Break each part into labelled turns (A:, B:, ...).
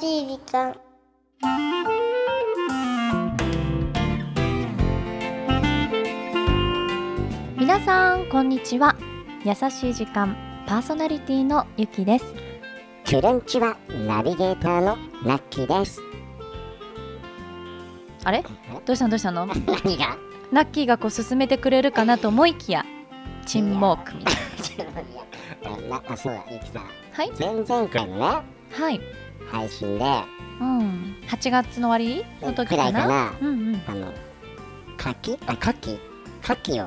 A: しい時間
B: 皆さんこんにちは優しい時間パーソナリティのゆきです
C: クレンチはナビゲーターのラッキーです。
B: あれどうしたのどうしたの
C: 何が
B: ラッキーがこう進めてくれるかなと思いきや沈黙みたいな
C: なあそうだ、ゆきさん。
B: はい
C: 前々回のね、
B: はい
C: 配信で、
B: うん8月の終わりの時
C: くら
B: か
C: いか
B: な
C: な、
B: うんうん
C: あの、柿あ、柿柿を、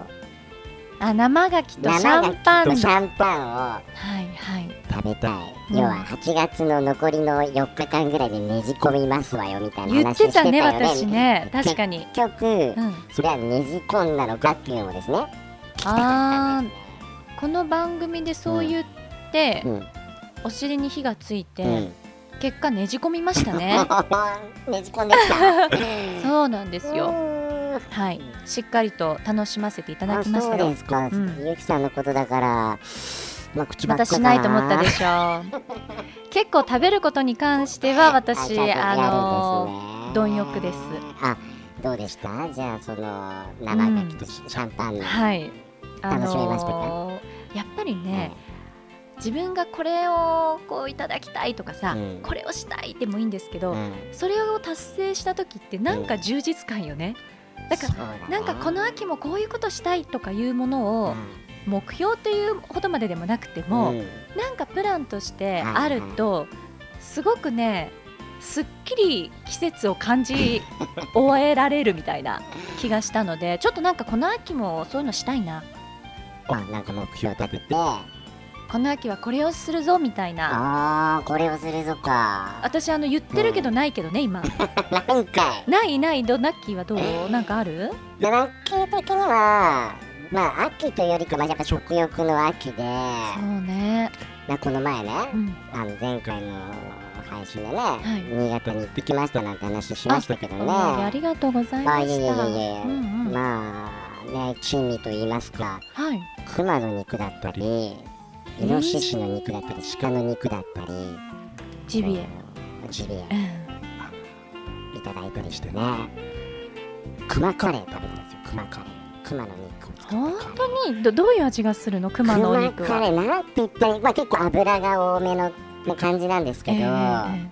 B: あ生牡蠣とシャンパン
C: とシ
B: だ
C: ャンパンを
B: はいはい
C: 食べたい。
B: うん
C: 要は8月の残りの4日間ぐらいでねじ込みますわよみたいな
B: 言っ
C: 話して
B: て
C: た
B: た
C: よ
B: ね
C: ね。
B: 私ね確かに
C: 結局、
B: うん
C: それはねじ込んだのかっていうのもですね。
B: あーこの番組でそう言って、
C: うん。
B: お尻に火がついて、
C: うん。
B: 結果ねじ込みました ね
C: ねじ込んできた。
B: そうなんです
C: う
B: よ
C: ーん
B: はいしっかりと楽しませていただきました
C: あそう
B: よ
C: ですか、
B: うん
C: ゆきさんのことだからまあ口
B: ま
C: ばっか
B: たしないと思ったでしょ う結構食べることに関しては私あの
C: の
B: 貪欲です
C: あどうでしたじゃあその生牡蠣とシャンパンの、
B: はいあ
C: 楽しめましたか
B: のやっぱり
C: うん
B: ね、自分がこれをこういただきたいとかさ、
C: うん
B: これをしたいでもいいんですけど、
C: うん
B: それを達成した時ってなんか充実感よね、だか
C: そう
B: ら
C: だね
B: なんかこの秋もこういうことしたいとかいうものを目標というほどまででもなくて
C: うん
B: も、
C: うん
B: なんかプランとしてあ
C: はいはい
B: るとすごくねすっきり季節を感 じ終えられるみたいな気がしたのでちょっとなんかこの秋もそういうのしたいな
C: あなんか目標立てて
B: この秋はこれをするぞみたいな
C: あーこれをするぞか
B: 私あの言ってるけどないけどね今
C: なんか
B: ないないドナッキーはどうなんかある
C: いやラッキー的にはまあ秋というよりかはやっぱ食欲の秋で
B: そうね、
C: なこの前ね、
B: うん、
C: あの前回の配信でね、
B: い
C: 新潟に行ってきましたなんて話しましたけどね
B: お土産ありがとうございま
C: あいえいえいえい
B: し
C: え
B: たうんうん
C: まあね珍味と言いますか
B: はい
C: 熊の肉だったりイノシシの肉だったり鹿の肉だったり
B: ジビエ
C: あのジビエ
B: うん
C: いただいたりしてね熊カレー食べたんですよ熊カレー熊の肉を使ったカレー
B: 本当にどどういう味がするの熊のお肉
C: 熊カ
B: は
C: レーなんて言ったら、まあ、結構油が多めの感じなんですけど、
B: ええええ
C: なん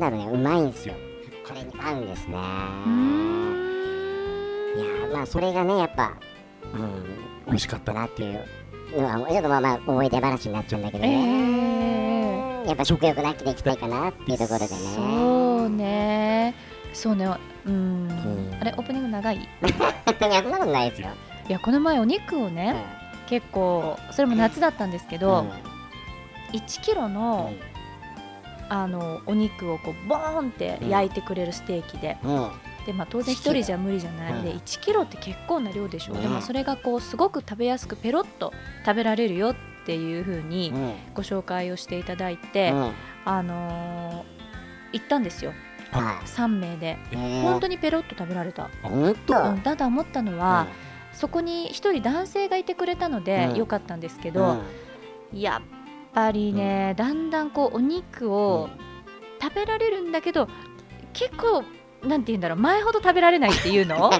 C: なんだろうねうまいんですよこれに合うんですねいや
B: うーん
C: ーまあそれがねやっぱ、うん、美味しかったなっていうのはちょっとまあまあ思い出話になっちゃうんだけど
B: え
C: ね、
B: え
C: やっぱ食欲なきでいきたいかなっていうところでね
B: そうねそうねうん
C: うん
B: あれオープニング長いい
C: 本当にそんなことないですよ、
B: やこの前お肉を
C: うん
B: ね結構それも夏だったんですけど、1キロ
C: うん
B: のあのお肉をこうボーンって焼いてくれるステーキで
C: うん
B: で、まあ、当然1人じゃ無理じゃないんで
C: うん
B: 1キロって結構な量でしょ、
C: ね
B: でもそれがこうすごく食べやすくペロッと食べられるよっていう風に
C: うん
B: ご紹介をしていただいて、
C: うん
B: あのー行ったんですよ
C: はい
B: 3名で
C: えー
B: 本当にペロッと食べられた、
C: 本当
B: うんただ思ったのは、そこに一人男性がいてくれたので
C: うん
B: 良かったんですけ
C: うん
B: ど、やっぱりね、だんだんこうお肉
C: うん
B: を食べられるんだけど結構なんて言うんだろう前ほど食べられないっていう の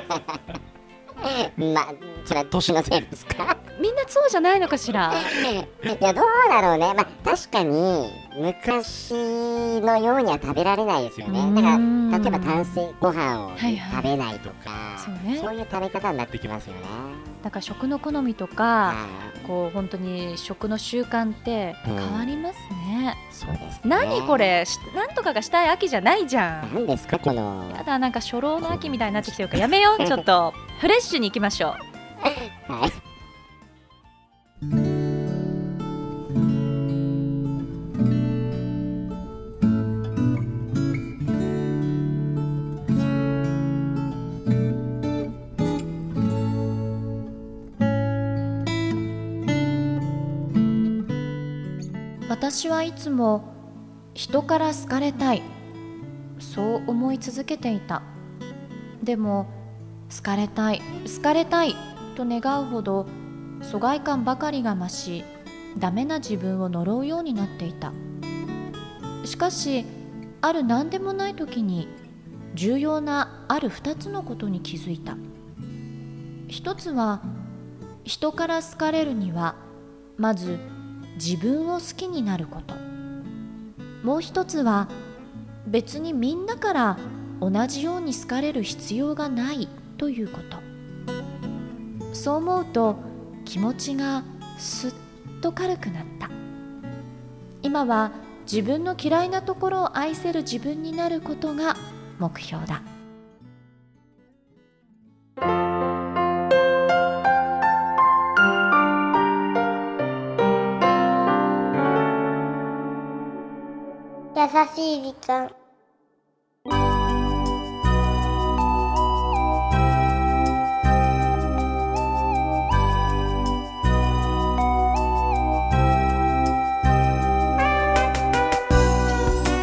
C: まあそれは年のせいですか
B: みんなそうじゃないのかしら
C: いやどうだろうね、まあ、確かに昔のようには食べられないですよ
B: う
C: ね
B: ん
C: だから例えば炭水ご飯を
B: はいはい
C: 食べないとか、
B: そうね
C: そういう食べ方になってきますよね。
B: だから食の好みとか
C: あ
B: こう本当に食の習慣って変わりますね、
C: そうですね
B: 何これしなんとかがしたい秋じゃないじゃん
C: 何ですかこの
B: やだなんか初老の秋みたいになってきてるからやめようちょっとフレッシュに行きましょう
C: はい
B: 私はいつも人から好かれたいそう思い続けていたでも好かれたい好かれたいと願うほど疎外感ばかりが増しダメな自分を呪うようになっていたしかしある何でもない時に重要なある2つのことに気づいた一つは人から好かれるにはまず自分を好きになることもう一つは別にみんなから同じように好かれる必要がないということそう思うと気持ちがすっと軽くなった今は自分の嫌いなところを愛せる自分になることが目標だ
A: 優しい時間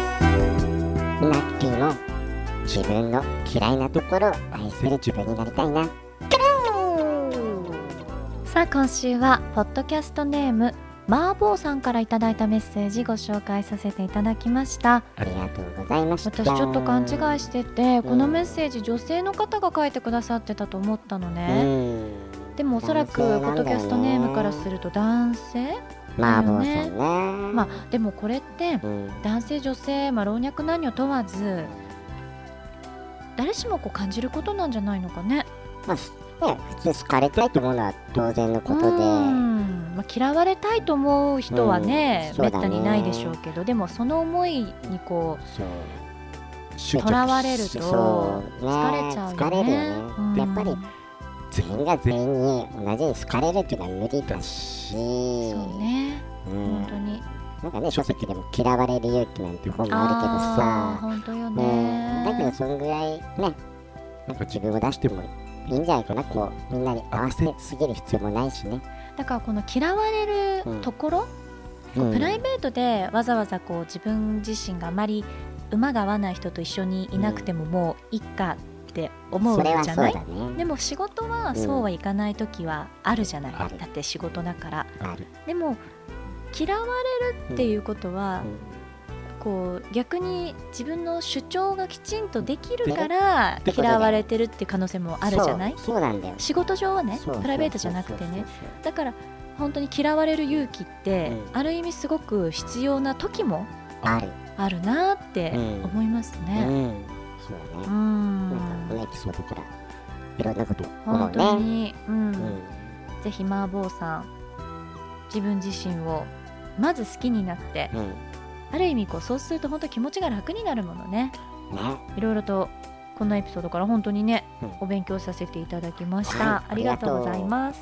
C: ラッキーも自分の嫌いなところを愛する自分になりたいな
B: さあ今週はポッドキャストネームマーボーさんからいただいたメッセージご紹介させていただきました
C: ありがとうございました
B: 私ちょっと勘違いしてて
C: ん
B: このメッセージ女性の方が書いてくださってたと思ったのね
C: うん
B: でもおそらくポッドキャストネームからすると男性
C: 麻婆さんね
B: まあでもこれって
C: うん
B: 男性女性、まあ、老若男女問わず誰しもこう感じることなんじゃないのかね。
C: まあね普通好かれたいと思うのは当然のことで
B: うんまあ、嫌われたいと思う人はね,、
C: うんそう
B: め
C: だ
B: っ
C: ね
B: たにないでしょうけどでもその思いにこ
C: そう執着し
B: とらわれると
C: そう
B: う
C: ね
B: 疲れちゃうよね。
C: 疲れるよね
B: うん
C: やっぱり全員が全員に同じに好かれるっていうのは無理だし
B: そうね、
C: うん
B: 本当に
C: なんかね書籍でも「嫌われる勇気」なんて本も
B: あー
C: あ
B: 本当よ
C: るけどさ、うん、だけど
B: ね。
C: そのぐらいねなんか自分を出してもいいんじゃないかなこうみんなに合わせすぎる必要もないしね、
B: だからこの嫌われるところ、
C: うん、
B: プライベートでわざわざこう自分自身があまり馬が合わない人と一緒にいなくてももういっかって思う
C: それは
B: じ
C: そ
B: ゃ
C: う
B: な
C: だ
B: い
C: ね
B: でも仕事はそうはいかない時はあるじゃない、
C: ある
B: だって仕事だから
C: ある、
B: でも嫌われるっていうことは、こう逆に自分の主張がきちんとできるから
C: できる
B: 嫌われてるって可能性もあるじゃない
C: そうそうなんだよ
B: 仕事上はね
C: そうそうそうそう
B: プライベートじゃなくてね
C: そうそう
B: だから本当に嫌われる勇気って、
C: うん
B: ある意味すごく必要な時も
C: ある、
B: あるなって
C: うん
B: 思いますね。
C: うんそうだ
B: う、
C: ね
B: ん、
C: なんかこのエピソードからいろんなこと思
B: 本
C: う
B: 当
C: ね。
B: に、うんぜひ麻婆さん自分自身をまず好きになって
C: うん、うん、ね、
B: ある意味こうそうすると本当気持ちが楽になるものねいろいろとこのエピソードから本当にね、
C: うん
B: お勉強させていただきました、
C: はい
B: ありがとうございます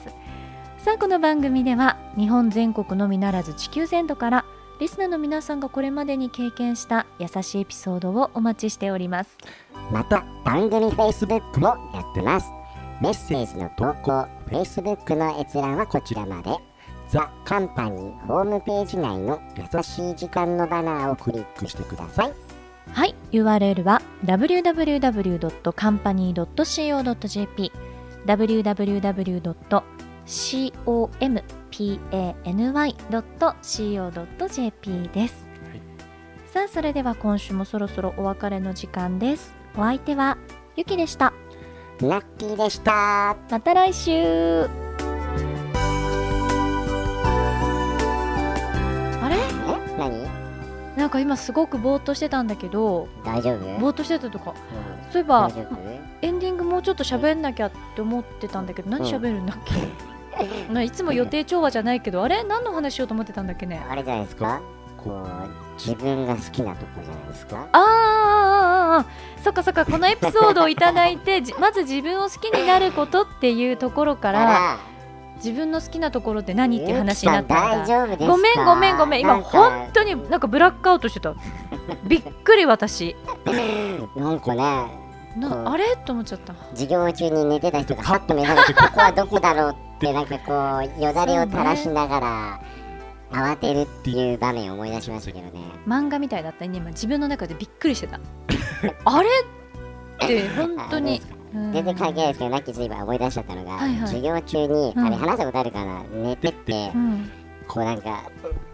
B: さあこの番組では日本全国のみならず地球全土からリスナーの皆さんがこれまでに経験した優しいエピソードをお待ちしております
C: また番組 Facebook もやってます。メッセージの投稿、Facebook の閲覧はこちらまで。ザ・カンパニーホームページ内の優しい時間のバナーをクリックしてください。
B: はい URL は www.company.co.jp www.company.co.jp です、
C: はい
B: さあそれでは今週もそろそろお別れの時間ですお相手はゆきでした
C: ラッキーでした。
B: また来週あれ
C: え何
B: なんか今すごくぼーっとしてたんだけど
C: 大丈夫
B: ぼーっとしてたとか
C: うん
B: そういえ
C: 大
B: ば
C: 丈夫
B: エンディングもうちょっと喋んなきゃって思ってたんだけど何喋るんだっけ、ないつも予定調和じゃないけどあれ何の話しようと思ってたんだっけね
C: あれじゃないですかこう、自分が好きなとこじゃないですか
B: あーあーあーあーそっかそっかこのエピソードをいただいてじまず自分を好きになることっていうところから
C: ら
B: 自分の好きなところって何っていう話になったんだ
C: 大丈夫ですか
B: ごめんごめんごめん今
C: なか
B: 本当になんかブラックアウトして たびっくり私
C: なんかねうん
B: なあれと思っちゃった
C: 授業中に寝てた人がハッと目覚めてここはどこだろうってなんかこうよだれを垂らしながら慌てるっていう場面を思い出しましたけどね
B: 漫画みたいだったね今自分の中でびっくりしてたあれって本当にうん
C: 全然関係ないですけどラッキーといえば思い出しちゃったのが、
B: はいはい
C: 授業中に、
B: うん
C: あれ話したことあるかな寝てって
B: うん
C: こうなんか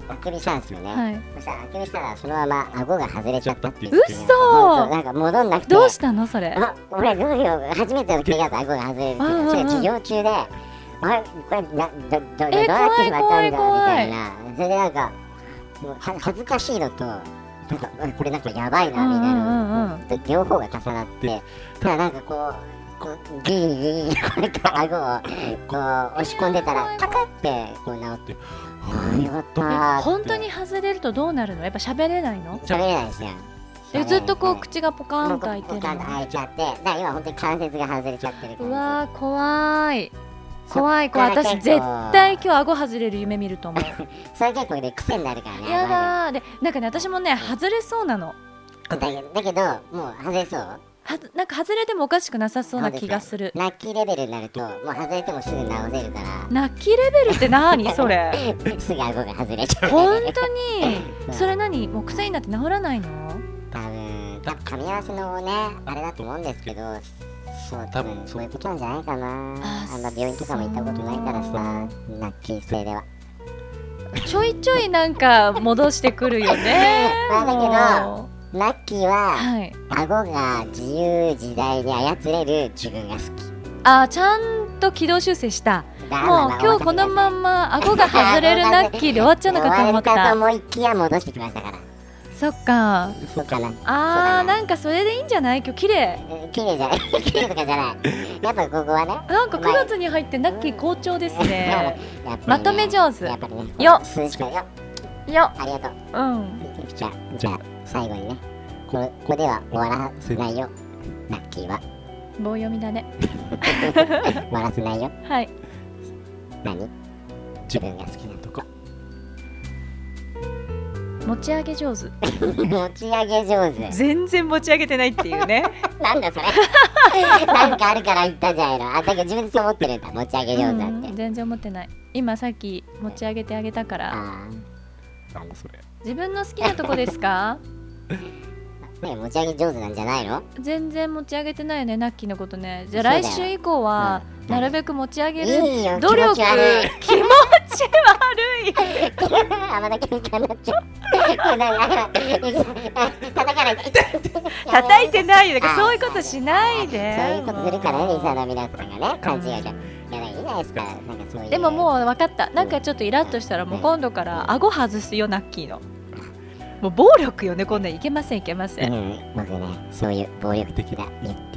C: あくびしたんですよね、
B: はい
C: そしたらあくびしたらそのまま顎が外れちゃったっていう
B: 嘘
C: そうなんか戻んなくて
B: どうしたのそれ
C: あ俺どうよ初めての怪我で顎が外れるっ
B: う
C: て
B: んうんうん
C: それ授業中であれこれなどどどどう
B: え
C: なってしまった
B: 怖い
C: んだみ
B: 怖
C: た
B: い
C: いなそれでなんかもうは恥ずかしいのとなんかうんこれなんかやばいなみたいな、
B: うん
C: で両方が重なってただなんかこうこうギーギ ーギーなんか顎をこう押し込んでたらカカってこう治ってあよかった
B: え
C: ーって
B: 本当に外れるとどうなるのやっぱ喋れないの
C: 喋れないですね
B: えずっとこ
C: 喋れないう
B: 口がポカーンと開いてる
C: ポカンと
B: の
C: 開いちゃって、だから今本当に関節が外れちゃってる感
B: う
C: じ。
B: わー怖い
C: そっ
B: 怖い怖い
C: から
B: 私
C: 結
B: 絶
C: 構
B: 対今日顎外れる夢見る と思う
C: それ結構ね、癖になるからね。
B: やだーでなんかね私もね外れそうなの
C: だけど、だけどもう外れそう。
B: はずなんか外れてもおかしくなさそうな気がする
C: ラッキーレベルになると、もう外れてもすぐ直せるか
B: 泣きレベルって何それ
C: ら、すぐ顎が外れちゃう。
B: 本当に
C: うん
B: それ何もう癖になって治らないの
C: 多分、多分噛み合わせのね、あれだと思うんですけど、そう、多分そういうことなんじゃないかな。
B: あー
C: あんま病院とかも行ったことないからさ、ラッキー性では。
B: ちょいちょいなんか戻してくるよ ね
C: まあだけど
B: も
C: ラッキー
B: う
C: は、
B: はい
C: 顎が自由自在に操れる自分が好き。
B: あちゃんと軌道修正した
C: だから
B: もう今日このまんま顎が外れるラッキーで終わっちゃうの かと思っ
C: 終わりか
B: た
C: と思いきや戻してきましたから。
B: そっか
C: そうかな。
B: あー
C: そうだね
B: なんかそれでいいんじゃない今日綺麗
C: え綺麗じゃない。綺麗とかじゃない。やっぱここはね。
B: なんか9月に入ってナッキー好調ですね
C: やっぱりね
B: まとめ上手
C: やっぱりね。
B: よっ
C: 数字かよ。
B: よ
C: ありがとう。
B: うん
C: じゃあ、じゃあ最後にね。これここでは終わらせないよ。ラッキーは
B: 棒読みだね
C: 終わらせないよ。
B: はい
C: 何？自分が好きなとこ。
B: 持ち上げ上手
C: 持ち上げ上手。
B: 全然持ち上げてないっていうね
C: なんだそれ。 なんかあるから言ったんじゃないの。あ、だけど自分でそう思ってるんだ。持ち上げ上手だって。
B: 全然思ってない今さっき持ち上げてあげたから
C: ああ。なんだそれ。
B: 自分の好きなとこですか
C: ね持ち上げ上手なんじゃないの
B: 全然持ち上げてないよねナッキーのことねじゃあ
C: そうだよ
B: 来週以降は
C: うん
B: なるべく持ち上げる
C: いいよ
B: 努力
C: 気持ち悪い
B: 気持ち悪 い
C: あまだ喧嘩になっちゃうこれ何あ叩かないで
B: 叩いてないよだから
C: あ
B: そういうことしないで
C: そういうことするからねリサの皆さんがね
B: もう
C: 勘違いじゃんいやだからいいじゃないですかなんかそういう
B: でももう分かったなんかちょっとイラッとしたらもう今度から顎外すよナッキーのもう暴力よねこんなんいけませんいけませ
C: うんん僕ねそういう暴力的な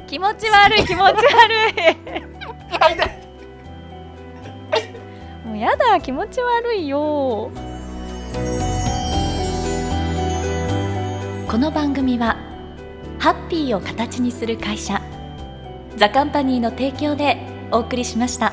B: 気持ち悪い気持ち悪いもうやだ気持ち悪いよこの番組はハッピーを形にする会社ザカンパニーの提供でお送りしました。